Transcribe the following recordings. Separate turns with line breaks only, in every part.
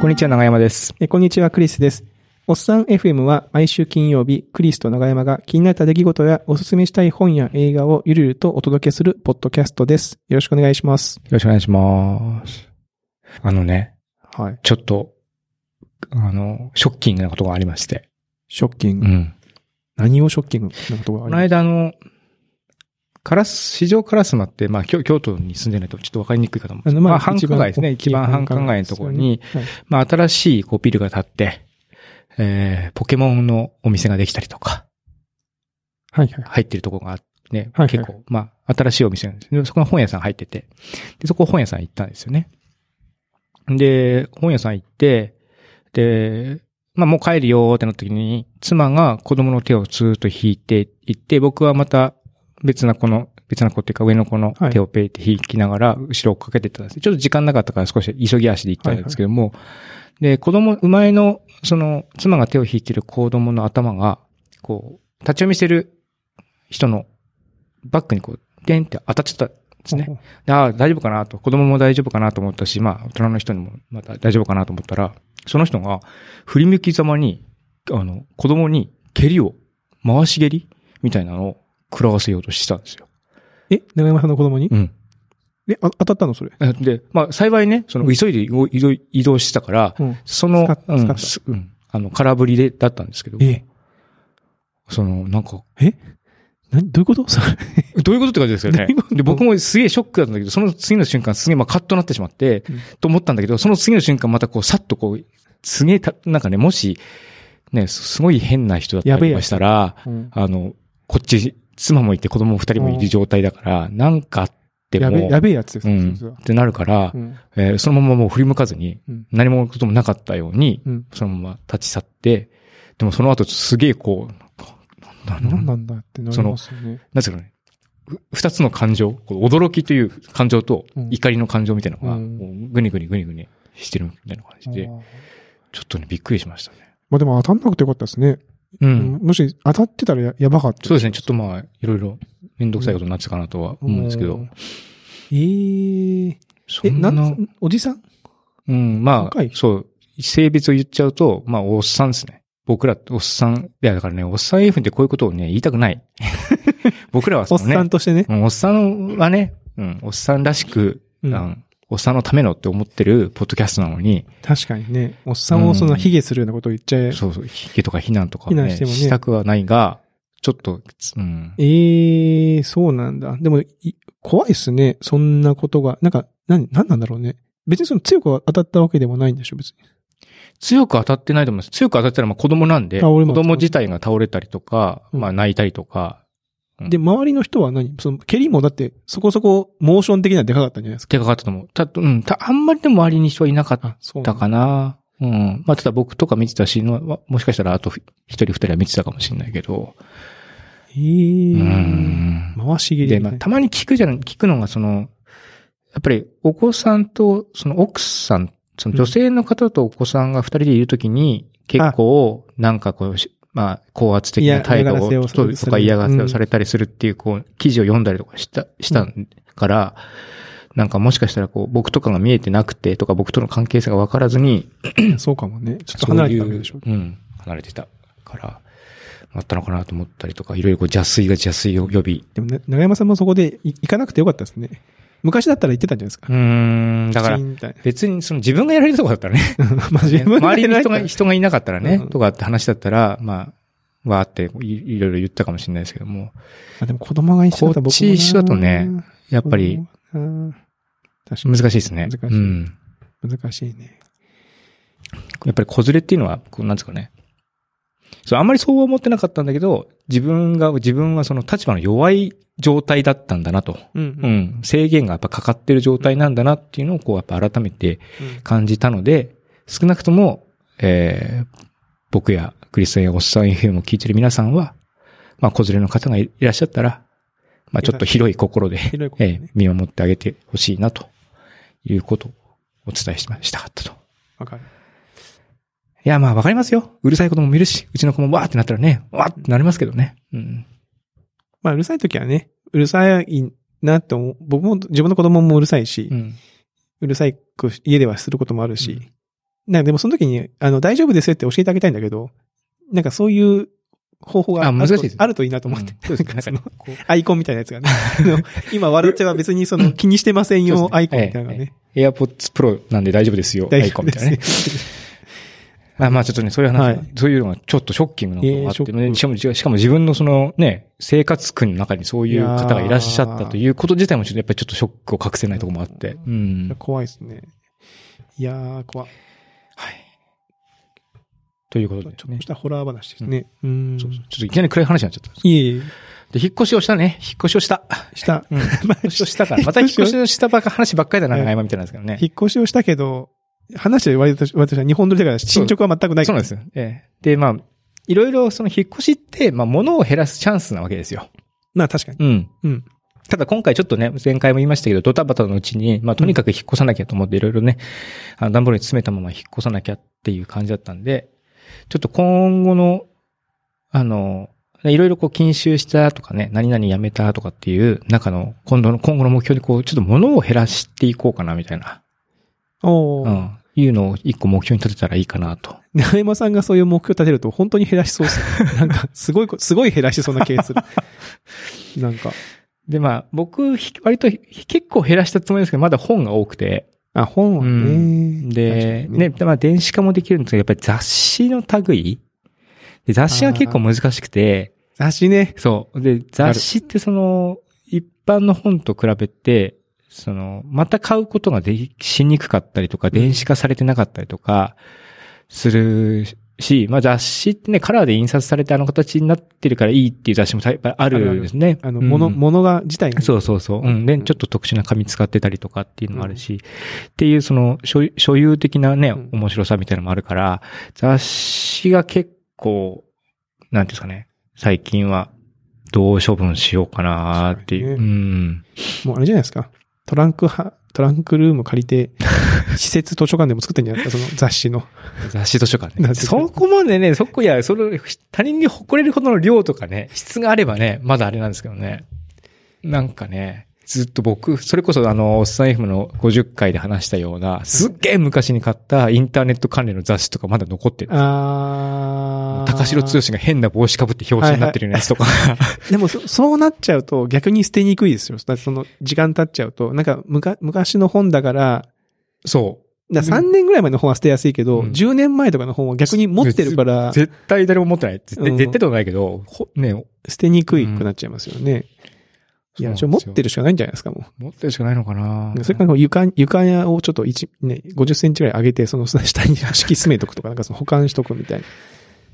こんにちは、長山です。
えこんにちは、クリスです。おっさん FM は毎週金曜日、クリスと長山が気になった出来事やおすすめしたい本や映画をゆるゆるとお届けするポッドキャストです。よろしくお願いします。
よろしくお願いします。あのね、
はい。
ちょっと、あの、ショッキングなことがありまして。
ショッキング。
ん。
何をショッキングなことがあ
この
ります
間、あの、カラス、市場カラスマって、まあ、京京都に住んでないとちょっとわかりにくいかと思うんですけど、まあ、繁華街ですね。一番繁華街のところに、、
大きい
まあ、新しいこうビルが建って、えー、ポケモンのお店ができたりとか、
はいはいはい。
入ってるところがあって、ね、
はいはい
結構、まあ、新しいお店なんですでそこの本屋さん入ってて、で、そこ本屋さん行ったんですよね。で、本屋さん行って、で、まあ、もう帰るよーってなった時に、妻が子供の手をずーっと引いていって、僕はまた別な子の、別な子っていうか上の子の手をペイって引きながら、後ろ追っかけてったんですよちょっと時間なかったから少し急ぎ足で行ったんですけども、で、子供、生まれの、その、妻が手を引いてる子供の頭が、こう、立ち読みしてる人のバッグにこう、デンって当たっちゃったんですね。
ね。
でああ、大丈夫かなと、子供も大丈夫かなと思ったし、まあ、大人の人にもまた大丈夫かなと思ったら、その人が、振り向きざまに、あの、子供に蹴りを、回し蹴りみたいなのを食らわせようとしたんですよ。
え、長山さんの子供に
うん。
え、あ当たったのそれ。
えで、まあ、幸いね、その、急いで移動移動移動してたから、
うん。
その
使っ、
うん
使った
すうんあの、空振りで、だったんですけど、
え、
その、なんか、
何どういうことそれ。
どういうことって感じですよね
どういうこ。と
で、僕もすげえショックだったんだけど、その次の瞬間すげえまあカッとなってしまって、
うん
と思ったんだけど、その次の瞬間またこう、さっとこう、すげえた、なんかね、もし、ね、すすごい変な人だった
やべえ
り
や
ま
つ
したら、
うん
あの、こっち、妻もいて子供二人もいる状態だから、なんかあって
やべ
も、
え、やべえやつで
う
す
ん、
ね。そいつは
ってなるから、
うん
えーそのままもう振り向かずに
うん、
何もこともなかったように、
うん
そのまま立ち去って、でもその後すげえこう、な、な、な
何なんだってなりますよね。
なんですかね、ふ二つの感情、こう驚きという感情と
うん
怒りの感情みたいなのが、
うん
こうぐにぐにぐにぐにしてるみたいな感じで
あ、ー
ちょっとね、びっくりしましたね。
まあでも当たんなくてよかったですね。
うん。
もし当たってたらややばかった。
そうですね、ちょっとまあ、いろいろめんどくさいことになってたかなとは思うんですけど、
ん。えー、
そ
え、
んな、
なん、おじさん
うん、まあ
若い、
そう、性別を言っちゃうと、まあ、おっさんですね。僕らっておっさん、いや、だからね、おっさん F ってこういうことをね、言いたく ない。僕らはそ
おっ
のね、
さんとしてね。
うんおっさんはね、うん、おっさんらしく、
うん
うんおっさんのためのって思ってるポッドキャストなのに、
確かにね。おっさんをそんな卑下するようなことを言っちゃえ。
そうそう、ヒゲとか非難とか、
非難
ね、
してもね
したくはないが、ちょっと、うん。
えー、そうなんだ。でも、い怖いっすね。そんなことが。なんか、なん、なんなんだろうね。別にその強く当たったわけでもないんでしょ、別に。
強く当たってないと思います。強く当たったらまあ子供なんで、
あ
子
俺も
供自体が倒れたりとか、
うん
まあ泣いたりとか、うん
で、周りの人は何その、蹴りもだって、そこそこ、モーション的にはでかかったんじゃないですか。
手がかかったと思う。た、うん、た、あんまりでも周りに人はいなかっ
あ、そうな
た
んだ。
かな。うん。まあ、ただ僕とか見てたし、まもしかしたらあと一人二人は見てたかもしれないけど。
えー、
うん
回し蹴り
で、
み
ま
たい
あ、
な。
たまに聞くじゃん、聞くのが、その、やっぱり、お子さんと、その奥さん、その女性の方とお子さんが二人でいるときに、結構、なんかこうし、まあ、高圧的な態度
嫌がら
を
せをする
ととか嫌がらせをされたりするっていう、こう、記事を読んだりとかした、したから、なんかもしかしたら、こう、僕とかが見えてなくて、とか、僕との関係性が分からずに、
そうかもね。ちょっと
そう
離れ
い
て
う
たわけでしょ。
うん、離れてたから、あったのかなと思ったりとか、いろいろこう邪水が邪水を呼び、
でもね、長山さんもそこでい行かなくてよかったですね。昔だったら行ってたんじゃないですか
う。ーん、だから
チー、ンみたい な
別にその自分がやられるとこだったらね。
まあ 自分
周りに人
が
が、
やらない
人がいなかったらね、
うん
とかって話だったら、まあ、わーっていいろいろ言ったかもしれないですけども、
あでも子供が一緒だったら僕もな
こっち一緒だとね、やっぱり
子供があー確
難
か
しいですね。
難しい
うん。
に難しいね。
やっぱり子連れっていうのは、こうなんですかね。そう、あんまりそうは思ってなかったんだけど、自分が、自分はその立場の弱い状態だったんだなと。
うん
う。ん。制限がやっぱかかってる状態なんだなっていうのを、こう、やっぱ改めて感じたので、少なくとも、えー僕やクリスタンやおっさん FM を聞いてる皆さんは、まあ、子連れの方がいらっしゃったら、まあ、ちょっと広い心で、
広いこと
え
ね
ー。見守ってあげてほしいな、ということをお伝えしましたかったと。
わかる。
いや、まあ、わかりますよ。うるさい子供もいるし、うちの子もわーってなったらね、わーってなりますけどね。うん。
まあうるさい時はね、うるさいなって思う。僕も自分の子供もうるさいし、
うん。
うるさいく家ではすることもあるし、
うん
なんかでもその時に、あの、大丈夫ですよって教えてあげたいんだけど、なんかそういう方法があ
あ
る
難しい
と
ですね
あるといいなと思って。
うんそうですね
なんかその
なんかこう
アイコンみたいなやつがね。あの今、笑っちゃは別にその気にしてません
そう
よ
ですね
アイコンみたいなのがね。
AirPods Pro なんで大丈夫ですよ、ア
大
イ
丈
コ
夫
ンみ
で
た
す
いなね。まあまあちょっとね、そういう話、
はい
そういうのがちょっとショッキングなことがあって、
えーショック
しかも、しかも自分のそのね、生活苦の中にそういう方がいらっしゃったということ自体もちょっとやっぱりちょっとショックを隠せないところもあって。うん。
怖いですね。いやー、怖い。
はい。というこ
ち
と
ょっ
で
と
ね
し。たホラー話ですね。うん。
そうそうちょっといきなり暗い話になっちゃったんです。
いえいえ、
で、引っ越しをしたね。引っ越しをした。
した。
うん
まあ
引っ越しをしたから。また引っ越しをしたばっか話ばっかりだな、
はい
合間みたいなんですけどね。
引っ越しをしたけど、話は割と、私は日本撮りだから進捗は全くない
そうなんですよ。ええで、まあ、いろいろその引っ越しって、まあ、物を減らすチャンスなわけですよ。
まあ確かに。
うん。
うん。
ただ今回ちょっとね、前回も言いましたけど、ドタバタのうちに、まあとにかく引っ越さなきゃと思っていろいろね、あの段ボールに詰めたまま引っ越さなきゃっていう感じだったんで、ちょっと今後の、あの、いろいろこう禁酒したとかね、何々やめたとかっていう中の、今度の、今後の目標にこう、ちょっと物を減らしていこうかなみたいな、
お
う
ー。
ん、いうのを一個目標に立てたらいいかなと。
長山さんがそういう目標立てると本当に減らしそうで すね。なんか、すごいこ、すごい減らしそうな気がする。なんか、
で、まあ僕、ひ割とひ結構減らしたつもりですけど、まだ本が多くて、
あ、本はね。
うんで、
確かに
ね、まあ電子化もできるんですけど、やっぱり雑誌の類で雑誌は結構難しくて、
雑誌ね。
そう。で、雑誌ってその、一般の本と比べて、その、また買うことができ、しにくかったりとか、電子化されてなかったりとか、するし、まあ雑誌ってね、カラーで印刷されてあの形になってるからいいっていう雑誌もやっぱりあるんですね。
あの、
うん
もの、ものが、自体が。
そうそうそう。うん。で、ちょっと特殊な紙使ってたりとかっていうのもあるし、っていうその所有所有的なね
うん、
面白さみたいなのもあるから、雑誌が結構、なんていうんですかね、最近はどう処分しようかなっていう。
そう
う
だ
ん。
もうあれじゃないですか。トランクは、トランクルーム借 りて、施設図書館でも作ったんじゃないですか、その雑誌の。
雑誌図書館
雑
ね。
誌図書
そこまでね、そこいや、その、他人に誇れるほどの量とかね、質があればね、まだあれなんですけどね。なんかね、ずっと僕、それこそあの、おっさん F の50回で話したような、すっげえ昔に買ったインターネット関連の雑誌とかまだ残ってる。
あー
高城剛が変な帽子かぶって表紙になってるようなやつと か。
でもそ、そうなっちゃうと逆に捨てにくいですよ。だってその、時間経っちゃうと。なんか、むか、昔の本だから、
そ
だ3年ぐらい前の本は捨てやすいけど、
うん
10年前とかの本は逆に持ってるから
う。、絶対誰も持ってない。絶
う
対、
ん
絶対でもないけど、ほね、
捨てにくいくなっちゃいますよね。いや、ちょ、持って
る。
るしかないんじゃないですか、も
持ってるしかないのかな
う。それからこう床、床をちょっと一、ね、50センチぐらい上げて、その下に敷き詰めとくとか、なんかその保管しとくみたいな。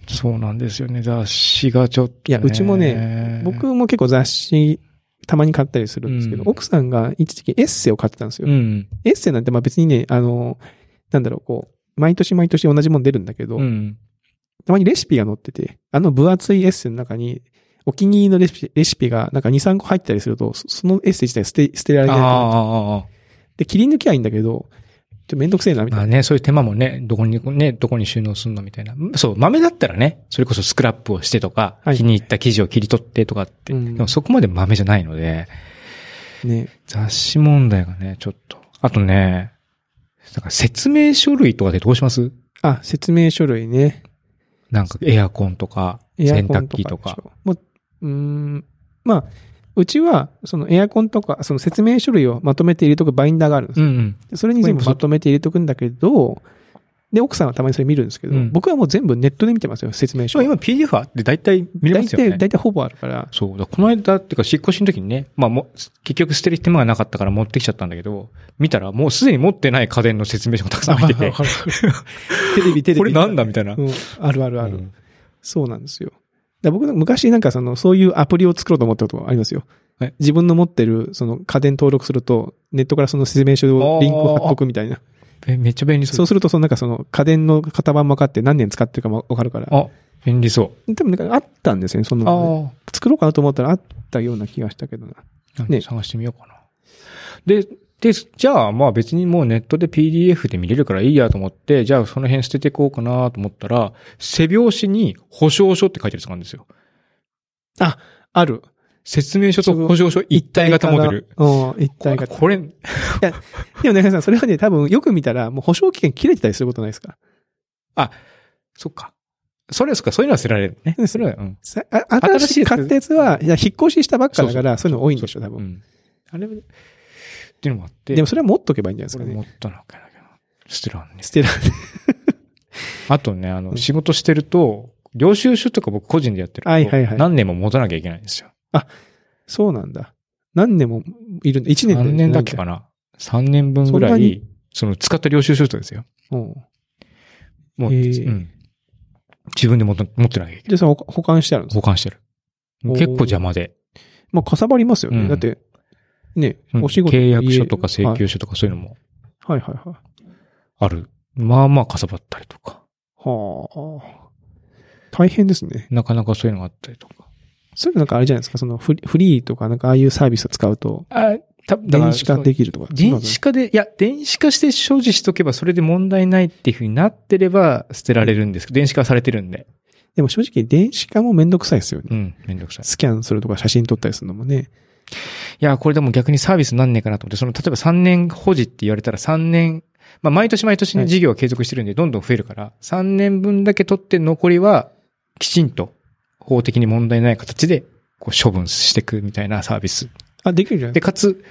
そうなんですよね。雑誌がちょっと、ね。
いやうちもね、僕も結構雑誌、たまに買ったりするんですけど、
うん
奥さんが一時期エッセイを買ってたんですよ。
うん。
エッセイなんてまあ別にね、あの、なんだろう、こう、毎年毎年同じもん出るんだけど、
うん。
たまにレシピが載ってて、あの分厚いエッセイの中に、お気に入りのレシピレシピがなんか2、3個入ったりすると、そそのエッセイ自体捨て、捨てられ
あ
ないと。
あああ。
で、切り抜きはいいんだけど、ちょっとめんどくせえな、みたい
ま
な。
あね、そういう手間もね、どこに、ね、どこに収納するのみたいな。そう、豆だったらね、それこそスクラップをしてとか、
はい
気に入った生地を切り取ってとかって。
うん
でもそこまで豆じゃないので、
ね。
雑誌問題がね、ちょっと。あとね、だから説明書類とかでどうします
あ、説明書類ね。
なんかエアコンとか、
エア
洗
コン
濯
とか
機とか。
でしょ。もう、うーん。まあ、うちは、そのエアコンとか、その説明書類をまとめて入れとくバインダーがあるんです
う
よ。
ん
でそれに全部まとめて入れとくんだけど、で、奥さんはたまにそれ見るんですけど、
うん
僕はもう全部ネットで見てますよ、説明書。
うん。今 PDF あって大体見れますよね。
大体、大体ほぼあるから。
そう。だこの間、っていうか、引っ越しの時にね、まあもう、結局捨てる手間がなかったから持ってきちゃったんだけど、見たらもうすでに持ってない家電の説明書がたくさん入ってて、
わかるわかる テレビ、テレビ。
これなんだみたいな。
うん、あるあるある。
うん
そうなんですよ。だ僕の昔なんかその、そういうアプリを作ろうと思ったことがありますよ
え。
自分の持ってる、その家電登録すると、ネットからその説明書をリンクを貼っとくみたいな。
えめっちゃ便利
そ
そう
う。すると、そのなんかその家電の型番も分かって何年使ってるかも分かるから。
あ、便利そ
多分なんかあったんですよね、その
う。あ
作ろうかなと思ったらあったような気がしたけどな。
あ。
ね
探してみようかな。で、で、じゃあ、まあ別にもうネットで PDF で見れるからいいやと思って、じゃあその辺捨てていこうかなと思ったら、背表紙に保証書って書いてるやつがあるんですよ。
ある。
説明書と保証書一体型モデル。
うん、一
こ
体
れ、
型。
これ
でも中井さん、それはね、多分よく見たら、もう保証期限切れてたりすることないですか
あ、そっか。それそっか、そういうのは捨てられるね。
そうです
それは、うん。
さあ新しい買ったやつは、いや、引っ越ししたばっかだから、そういうの多いんでしょ、多
う
分。
ん。あれ、っていうのもあって。
でもそれは持っとけばいいんじゃないです
こ
か
れ持
ね。
っとなきゃなきゃな。捨てらんね。
捨てられ
あとね、あ
う
の、
ん
仕事してると、領収書とか僕個人でやってると、
はいはいはい
何年も持たなきゃいけないんですよ。
そうなんだ。何年もいるんだ。1年で
何年だっけかな ?3 年分ぐ
そ
ら
んなに
い、その使った領収書とですよ。
うん。
もう、
へー
うん。自分で持っ持ってなきゃいけない。
で、その保管してあるんです
保
か
管してる。
おー
結構邪魔で。
まあ、かさばりますよね。
うん
だって、ね、
うん
お仕事。
契約書とか請
はい
求書とかそういうのも
はいはいはい。
ある。まあまあかさばったりとか。
はあ。大変ですね。
なかなかそういうのがあったりとか。
そういうのなんかあれじゃないですか。そのフリフリーとかなんかああいうサービスを使うと、
あ、ただから
電子化できるとか。
電子化で、いや、電子化して所持しとけばそれで問題ないっていうふうになってれば捨てられるんですけど、電子化されてるんで。
でも正直電子化もめんどくさいですよね。
うん、めんどくさい。
スキャンするとか写真撮ったりするのもね。
いや、これでも逆にサービスなんねえかなと思って、その、例えば3年保持って言われたら3年、まあ、毎年毎年ね
はい
事業は継続してるんで、どんどん増えるから、3年分だけ取って残りは、きちんと法的に問題ない形で、こう、処分していくみたいなサービス
あ、できるじゃない
で、
ですか。
かつ、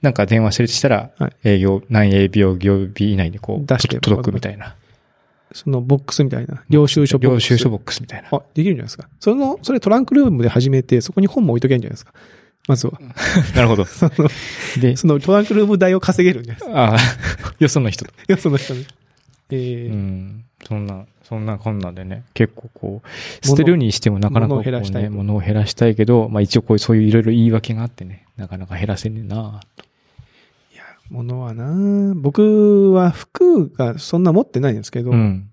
なんか電話してるとしたら
はい、
営業、何営業業日以内でこう、
出して
届くみたいな。
そのボックスみたいな。領収書ボック
領
ス。
収書ボックスみたいな。
あ、できるんじゃないですか。その、それトランクルームで始めて、そこに本も置いとけばいいんじゃないですか。まずは。
なるほど。
その、
で、
そのトランクルーム代を稼げるんじゃないですか。
ああ、よその人と。
い や、その人に。え
う
ー
ん。そんな、そんなこんなんでね、結構こう、捨てるにしてもなかなかこう、
物を減らしたい
ね物を減らしたいけど、まあ一応こういう、そういういろいろ言い訳があってね、なかなか減らせねえなあと。
いや、物はな僕は服がそんな持ってないんですけど、
うん。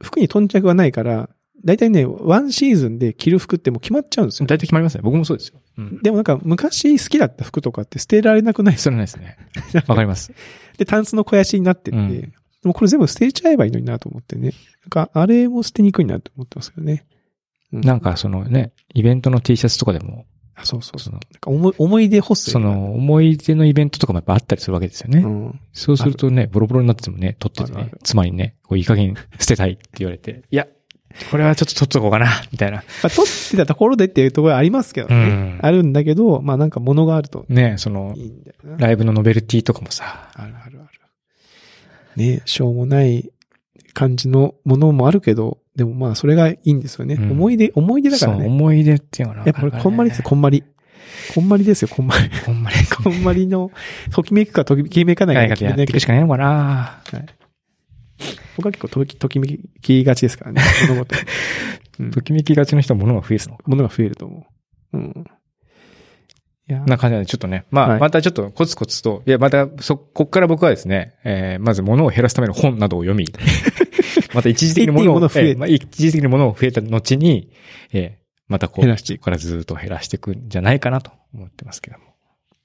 服に頓着はないから、大体ね、ワンシーズンで着る服ってもう決まっちゃうんです
大
よ。
体決まりますね。僕もそうですよ。 うん。
でもなんか昔好きだった服とかって捨てられなくないです
それないですね。わかります。
で、タンスの肥やしになってて、
うん
でもこれ全部捨てちゃえばいいのになと思ってね。なんか、あれも捨てにくいなと思ってますけどね。う
なん、かそのね、イベントの T シャツとかでも、
あそうそうそ。
そうの
なんか思い思い出補正。
そ、の思い出のイベントとかもやっぱあったりするわけですよね。
うん。
そうするとね、ボロボロになっててもね、取ってて
ある
ね
ある、
妻にね、こういい加減捨てたいって言われて、いや、これはちょっと取っとこうかな、みたいな。
まあ、取ってたところでっていうところはありますけどね。
うん
あるんだけど、まあなんか物があると
ね、その
い、いんだよな。
ライブのノベルティとかもさ、
あるあるある。ねしょうもない感じのものもあるけど、でもまあそれがいいんですよね。
うん
思い出、思い出だから
そう
ね。
思い出っていうのが
や
な
っぱこれ
かなかね
こんまりですよ、こんまり。こんまりですよ、こんまり。
こんまり。こ
こんまりの、ときめくかときめかない
ん
か
まり
決め
やって
な
い
きゃ
くしかないのかな。
僕は結構ときときめきがちですからね。物事。うん
ときめきがちの人は物が増えるのか。
物が増えると思う。うん。いや、
な感じなんで、ちょっとね。ま
は
あ、
い
またちょっとコツコツと、いや、また、そ、こっから僕はですね、えーまず物を減らすための本などを読み、 また一時的に物を、
一気に物増え
えーまあ一時的に物を増えた後に、えーまたこう、
減らしてい
ここからずっと減らしていくんじゃないかなと思ってますけども。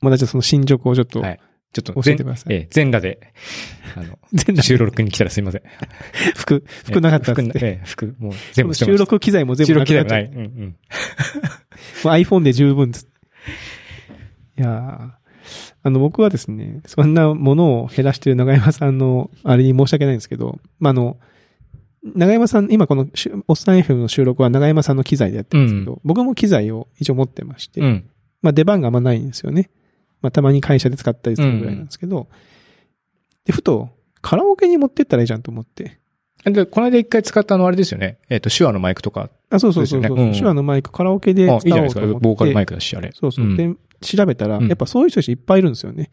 まだちょっとその進捗をちょっと、
はい。ちょっと
教えてください
全えー全裸で、あ の、
全裸
収録に来たらすいません。
服、服なかったっつっ
えー服な
て。
えー服、もう全部捨てまし
収
た
録機材も全
収
部
録
な
機
く
材
なっ
も
ちゃ
な
っ
い。うんうん。
もう iPhone で十分っつっていやーあの、僕はですね、そんなものを減らしてる長山さんの、あれに申し訳ないんですけど、まあ、あの、長山さん、今このしゅ、おっさん FM の収録は長山さんの機材でやってるんですけど、僕も機材を一応持ってまして、
うん。
まあ、出番があんまないんですよね。まあ、たまに会社で使ったりするぐらいなんですけど、で、ふと、カラオケに持ってったらいいじゃんと思って。
で、この間一回使ったあの、あれですよね。えっ、と、手話のマイクとか。
あ、そうそうそうそう、
そうですよねうん
手話のマイクカラオケで
あ
使
い
お
いうじ
と
ゃないですか。
思って。
ボーカルマイクだし、あれ。
そうそう。
ん
で、調べたら、
うん
やっぱそういう人たちいっぱいいるんですよね。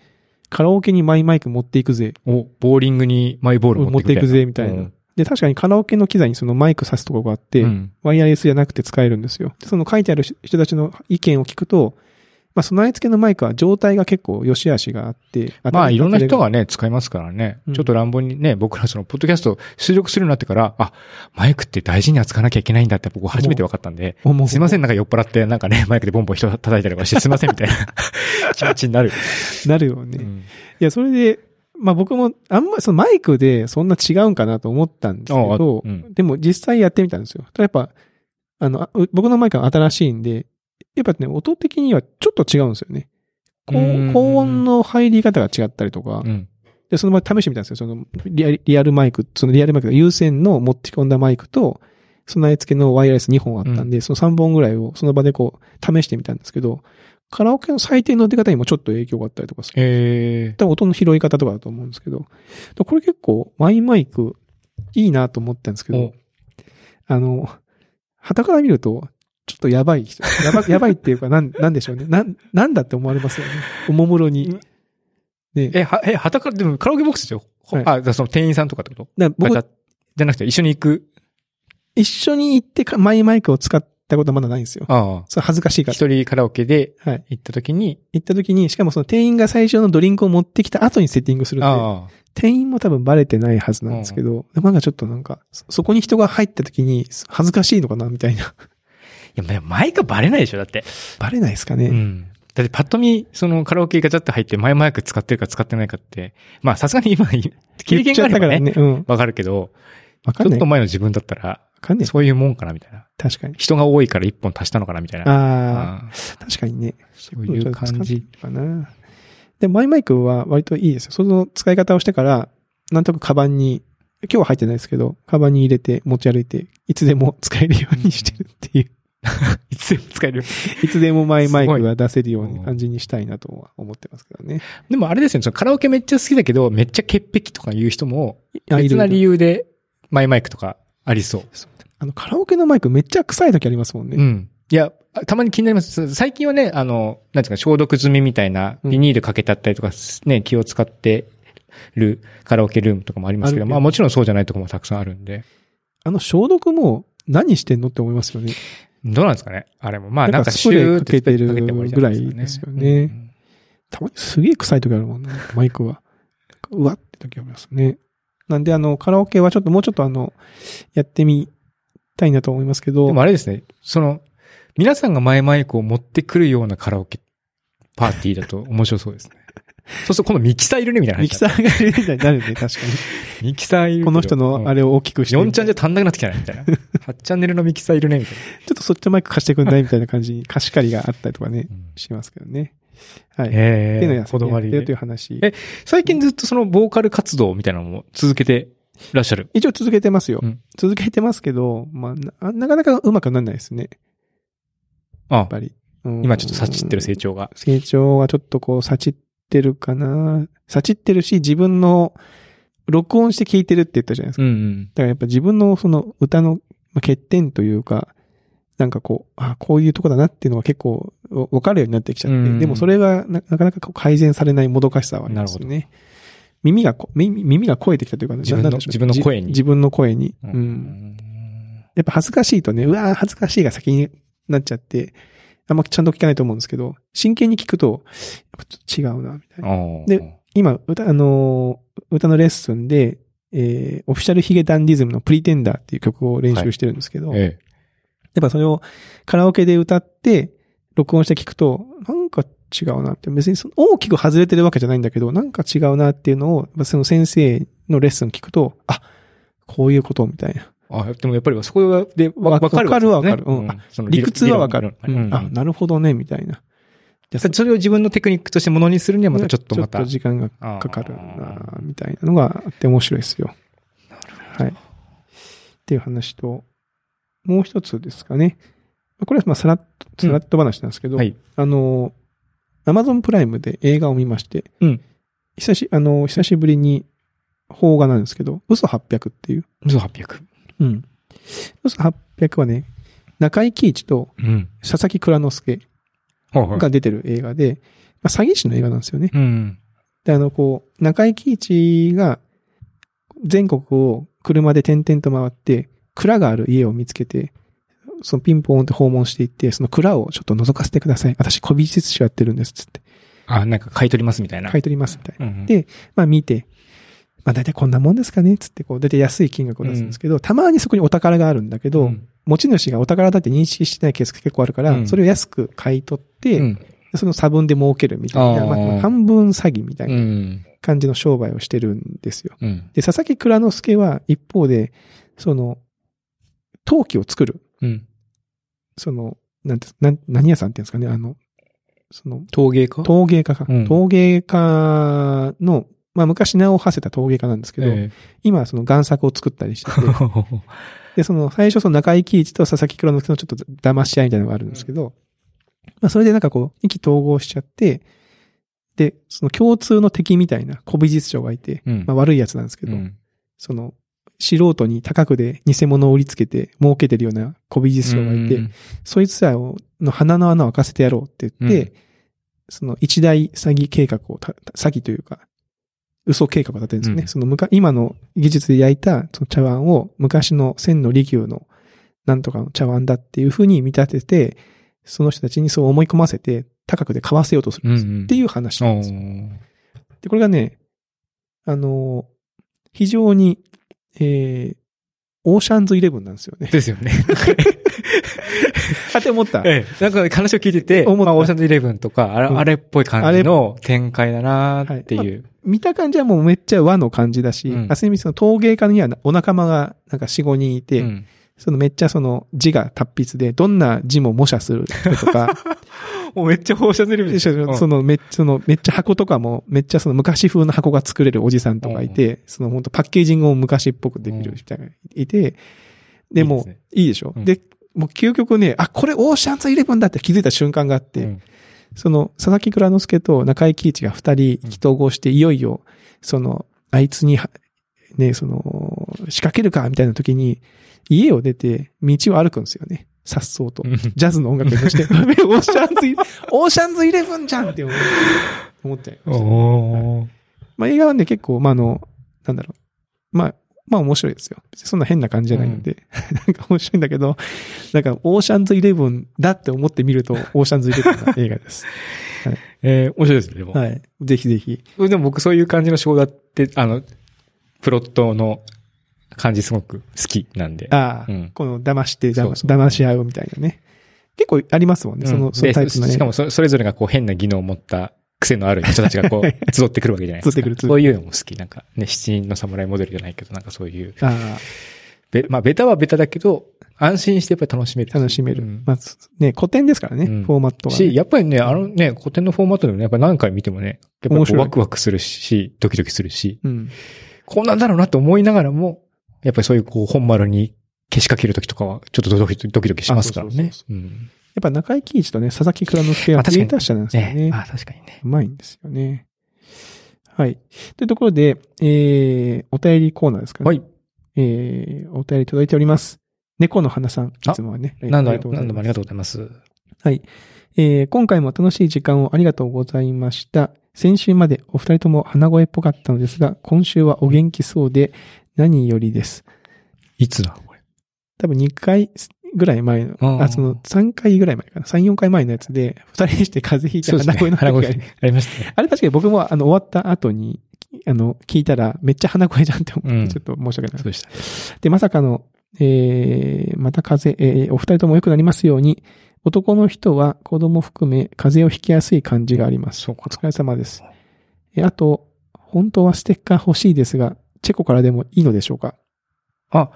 カラオケにマイマイク持っていくぜ。
お、ボーリングにマイボール
持
持
っ
ってて
い
い
く
く
ぜ、みたいな。で、確かにカラオケの機材にそのマイク挿すとこがあって、
うん
ワイヤレスじゃなくて使えるんですよ。でその書いてある人たちの意見を聞くと、まあ、備え付けのマイクは状態が結構良し悪しがあって、
まあ、いろんな人
が。
がね、使いますからね
うん。
ちょっと乱暴にね、僕らその、ポッドキャスト出力するようになってから、あ、マイクって大事に扱わなきゃいけないんだって僕初めて分かったんで、
思う
すいません、なんか酔っ払って、なんかね、マイクでボンボン人叩いたりと かして、すいません、みたいな気持ちになる。
なるよね。
うん
いや、それで、まあ僕も、あんまりそのマイクでそんな違うんかなと思ったんですけ
ああ
ど、
うん
でも実際やってみたんですよ。ただやっぱ、あの、あう僕のマイクは新しいんで、やっぱね、音的にはちょっと違うんですよね。高
うん
高音の入り方が違ったりとか、
うん。
で、その場で試してみたんですよ。そのリアル、リアルマイク、そのリアルマイクが有線の持ってき込んだマイクと、備え付けのワイヤレス2本あったんで、その3本ぐらいをその場でこう、試してみたんですけど、カラオケの最低の出方にもちょっと影響があったりとかする。
え
多分音の拾い方とかだと思うんですけど、でこれ結構、マイマイク、いいなと思ったんですけ
ー、
ど、あの、旗から見ると、ちょっとやばい人。やば、や ばいっていうか、なん、なんでしょうね。なん、なんだって思われますよね。おもむろに。ね
え、は、え、はたから、でもカラオケボックスですよ。ほ
はい
あ、だからその店員さんとかってこと
だから
あじ
僕
ゃ、じゃなくて一緒に行く。
一緒に行ってかマイマイクを使ったことはまだないんですよ。
あ
それ恥ずかしい
あ。
から。
一人カラオケで
はい。
行った時に、
行った時に、しかもその店員が最初のドリンクを持ってきた後にセッティングするんで、
ああ。
店員も多分バレてないはずなんですけど、なんかちょっとなんか、そそこに人が入った時に恥ずかしいのかなみたいな。
いや、ま前がバレないでしょ、だって。
バレないですかね。
うん。だってパッと見、そのカラオケガチャって入って、前マイク使ってるか使ってないかって、まあさすがに今、経験があればね、
言っちゃったからね。うん。
わかるけど、
わか
ち
ん
ょっ
ない。
と
わ
前の自分だったら、
かんない。
そういうもんかな、みたいな。
確かに。
人が多いから一本足したのかな、みたいな。
ああ、
ああ
確かにね。
そういう感じ。
かな。で、マイマイクは割といいですよ。その使い方をしてから、なんとかカバンに、今日は入ってないですけど、カバンに入れて持ち歩いて、いつでも使えるようにしてるっていう、
いつでも使える。
いつでもマイマイクが出せるよう
すご
ない感じにしたいなとは思ってますけどね。
でもあれですよね、そのカラオケめっちゃ好きだけど、めっちゃ潔癖とか言う人も、
あい
別
る
な理由で、マイマイクとかありそう。
あの、カラオケのマイクめっちゃ臭い時ありますもんね。
うん。いや、あたまに気になります。最近はね、あの、なんですか、消毒済みみたいな、
うん
ビニールかけてあったりとか、ね、気を使ってるカラオケルームとかもありますけど、
あるけど
まあもちろんそうじゃないとこもたくさんあるんで。
あの消毒も何してんのって思いますよね。
どうなんですかねあれも。まあ
な
なんん
か
か
スプレー
ー
かけてる
かけてもいいじゃない
ぐらいですよね
うん
たまにすげえ臭い時あるもんね、マイクは。うわって時ありますね。なんであの、カラオケはちょっともうちょっとあの、やってみたいなと思いますけど。
でもあれですね、その、皆さんがマイマイクを持ってくるようなカラオケパーティーだと面白そうです ね。そうすると、このミキサーいるねみたいな話。
ミキサーがいるみたいになる ね、確か
ミキサーいるけ
に。
ど
この人のあれを大きくして。
4チャンじ
ちょ
ゃ足んなくなってきたね、み たいな。8チャンネルのミキサーいるね、みたいな。
っとそっちのマイク貸してくんないみたいな感じに貸し借りがあったりとかね、しますけどね。はい。って
え
いうのや
こだわ
やってる
り
という。話。
え最近ずっとそのボーカル活動みたいなのも続けてらっしゃる。
一応続けてますよ。
うん
続けてますけど、まあ、ななかなかうまくならないですね、や
あ
っぱり。うん
今ちょっと差し散ってる成長が。
成長はちょっとこう、さちってるかな。さちってるし、自分の、録音して聞いてるって言ったじゃないですか。
うんうん。
だからやっぱ自分のその歌のまあ欠点というか、なんかこう、あこういうとこだなっていうのが結構わわかるようになってきちゃって、
うん
でもそれがななかなかこう改善されないもどかしさはありますよね。耳がこ耳、耳が肥えてきたというか、な
自分の
なんでしょう
自分の声に
じ自分の声に。
う
うんん。やっぱ恥ずかしいとね、うわー恥ずかしいが先になっちゃって、あんまちゃんと聞かないと思うんですけど、真剣に聞くと、やっぱちょっと違うな、みたいな。
ああ
で、今、歌、あのー歌のレッスンで、えー、オフィシャルヒゲダンディズムのプリテンダーっていう曲を練習してるんですけど、やっ
ええ
ぱそれをカラオケで歌って、録音して聞くと、なんか違うなって、別にその大きく外れてるわけじゃないんだけど、なんか違うなっていうのを、やっぱその先生のレッスン聞くと、あ、こういうことみたいな。
あ、でもやっぱりそこでわ
わ
わかる
わかる
わけです
わかるうん
ね
あ
その理
理
論
屈はわかる。
理論
うんあ、なるほどね、みたいな。
じゃあそれを自分のテクニックとしてものにするにはまたちょっとまた。
時間がかかるな、みたいなのがあって面白いですよ。はい。っていう話と、もう一つですかね。これはまあさらっと、
うん
さらっと話なんですけど、
はい
あの、アマゾンプライムで映画を見まして、
うん
久し、あの、久しぶりに、邦画なんですけど、嘘800っていう。
嘘800。
うん。嘘800はね、中井貴一と
うん。
佐々木蔵之介
はいはい
が出てる映画で、まあ、詐欺師の映画なんですよね。
うん。
で、あの、こう、中井貴一が、全国を車で転々と回って、蔵がある家を見つけて、そのピンポーンって訪問していって、その蔵をちょっと覗かせてください。私、古美術史をやってるんです、つって。
あ、なんか買い取りますみたいな。
買い取ります、みたいな。
うん
でまあ見て、まあ大体こんなもんですかね、つって、こう、大体安い金額を出すんですけど、たまにそこにお宝があるんだけど、
うん
持ち主がお宝だって認識してないケースが結構あるから、
うん
それを安く買い取って、
うん
その差分で儲けるみたいな、
あー
まあまあ半分詐欺みたいな
うん。
感じの商売をしてるんですよ。
うん。
で、佐々木蔵之介は一方で、その、陶器を作る、
うん。
その、なんて、なん何屋さんっていうんですかね、あの、その、
陶芸家
陶芸家か、
うん
陶芸家のまあ昔名を馳せた陶芸家なんですけど、
え
今その贋作を作ったりして て、
え
で、その最初その中井貴一と佐々木蔵之介のちょっと騙し合いみたいなのがあるんですけど、まあそれでなんかこう、意気統合しちゃって、で、その共通の敵みたいな古美術商がいて、
うん
まあ悪いやつなんですけど、
うん
その、素人に高くで偽物を売りつけて儲けてるような古美術商がいて、
うん
そいつらをの鼻の穴を開かせてやろうって言って、
う
その一大詐欺計画をた、詐欺というか、嘘計画を立てるんですよね。
うん
その昔、今の技術で焼いたその茶碗を昔の千の利休のなんとかの茶碗だっていう風に見立てて、その人たちにそう思い込ませて高くで買わせようとするんです。
うんうん
っていう話なん
お
ですよ。
ー
で、これがね、あのー非常に、えー、オーシャンズイレブンなんですよね。
ですよね。
あって思った。
ええ。なんか話を聞いてて、
思った
まあ、オーシャンズイレブンとか、あれ,、
うん
あれっぽい感じの展開だなーっていう。
見た感じはもうめっちゃ和の感じだし、
うん
あすみその陶芸家にはお仲間がなんか4、5人いて、
うん
そのめっちゃその字が達筆で、どんな字も模写する人とか、
もうめっちゃ放射ズイレブン
でそのめっちゃ、そのめっちゃ箱とかも、めっちゃその昔風の箱が作れるおじさんとかいて、その本当パッケージングも昔っぽくできる人がいて、でもう
いいですね
いいでしょ、
うん
で、もう究極ね、あ、これオーシャンズイレブンだって気づいた瞬間があって、その、佐々木蔵之介と中井貴一が二人意気投合して、いよいよ、その、あいつには、ね、その、仕掛けるか、みたいな時に、家を出て、道を歩くんですよね。さっそうと
うん。
ジャズの音楽として、オーシャンズイ、オーシャンズイレブンじゃんって思う思っちゃいました。
おー
まあ映画はね、結構、まああの、なんだろう。まあ、まあ面白いですよ。別にそんな変な感じじゃないので、 なんか面白いんだけど、なんか、オーシャンズイレブンだって思ってみると、オーシャンズイレブンな映画です。
えー面白いですね、でも。
はい。ぜひぜひ。
でも僕そういう感じの仕事だって、あの、プロットの感じすごく好きなんで。
ああ、
うん
この騙して、だま
そうそう
騙し合うみたいなね。結構ありますもんね、そ
うん
の、その
で
タイプのね。
しかもそそれぞれがこう変な技能を持った癖のある人たちが こう集ってくるわけじゃないですか。
集ってくる集ってくる
そういうのも好き。なんかね、七人の侍モデルじゃないけど、なんかそういう、
あ
べまあベタはベタだけど、安心してやっぱり楽しめる。
あ、楽しめる。
うん
まず、ね、古典ですからね、
うん
フォーマットは、
し、
ね。
やっぱりね、あのね、古典のフォーマットでもね、やっぱり何回見てもね、やっぱり
面
こう
白い
ワクワクするし、ドキドキするし、
うん。
こうなんだろうなと思いながらも、やっぱりそういうこう本丸に消しかけるときとかは、ちょっとドキドキドキドキしますから
あそう
ね
そう。
うん
やっぱ中井貴一とね、佐々木蔵之介は
あ確かに
クリエイター者なんですよ
ね
ね。
あ、確かにね。
うまいんですよね。はい。というところで、えー、お便りコーナーですかね。
はい。
えー、お便り届いております。猫の花さん。いつもはね。
何度
あ
も
りがとうござい
何度
ます
もありがとうございます。
はい。えー今回も楽しい時間をありがとうございました。先週までお二人とも鼻声っぽかったのですが、今週はお元気そうで何よりです。
いつだこれ。
多分2回ぐらい前の、
あー
あ、その3回ぐらい前かな。3、4回前のやつで、二人して風邪ひいて
そうですね
鼻声の
鼻
話
声
があり
ありましたね。
あれ確かに僕もあの終わった後に、あの、聞いたらめっちゃ鼻声じゃんって思って、
うん
ちょっと申し訳な
そ
い
う。でした。
で、まさかの、えー、また風邪、えーお二人とも良くなりますように、男の人は子供含め風邪をひきやすい感じがあります。
そうか
お疲れ様です。えあと、本当はステッカー欲しいですが、チェコからでもいいのでしょうか
あ、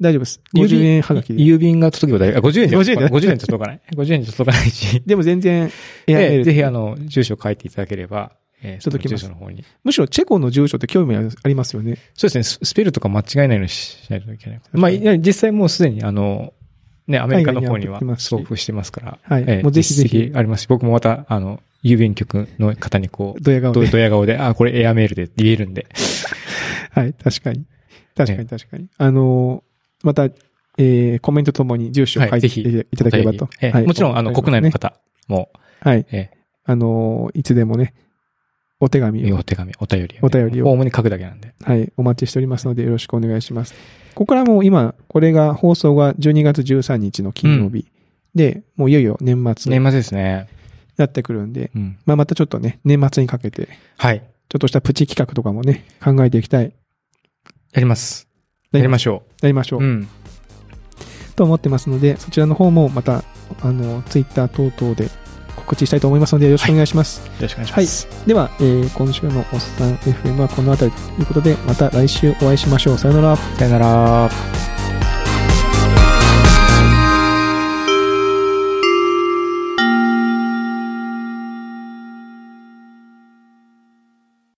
大丈夫です。50円はがきで。
郵便が届けば大丈夫。あ50円じゃ
50円だ
50円じゃ届かない。50円じゃ届かない し。
でも全然、エアメー
で、
ル
ぜひあの、住所を書いていただければ、えー、その
届き
住
ます
所の方に。
むしろチェコの住所って興味ありますよね。
そうですねス、スペルとか間違えないようにしないといけない。まあ、
確
いや実際もうすでに、あの、ね、アメリカの方には
海外には送ってますし
送付してますから、
はい
ええ
もうぜひぜひ
実績ありますし、僕もまた、あの、郵便局の方にこう、
ドヤ顔
ど
で。
ドヤ顔で、あ、これエアメールでって言えるんで。
はい、確かに。確か
ええ
に確かに。あのーまた、えー、コメントともに住所を書いて
はいぜひ
いただければと。
ええ
はい
もちろん、あの、国内の。方も、
はい。
え
あのーいつでもね、お手紙
え
を、
お手紙、お便りをね、
お便りを
主に書くだけなんで。
はい、お待ちしておりますので、よろしくお願いします。ここからもう今、これが、放送が12月13日の金曜日、で、もういよいよ年末に
年末ですね。
なってくるんで、
うん。
まあ、またちょっとね、年末にかけて、
はい。
ちょっとしたプチ企画とかもね、考えていきたい、
やります。
な
やりま
し
しょ
なりましょ
う。
う、
うん。
と思ってますので、そちらの方もまた、あの、ツイッター等々で告知したいと思いますので、よろしくお願いします。
よろしくお願いします。
では、えー今週のおっさん FM はこの辺りということで、また来週お会いしましょう。さよなら。
さよなら。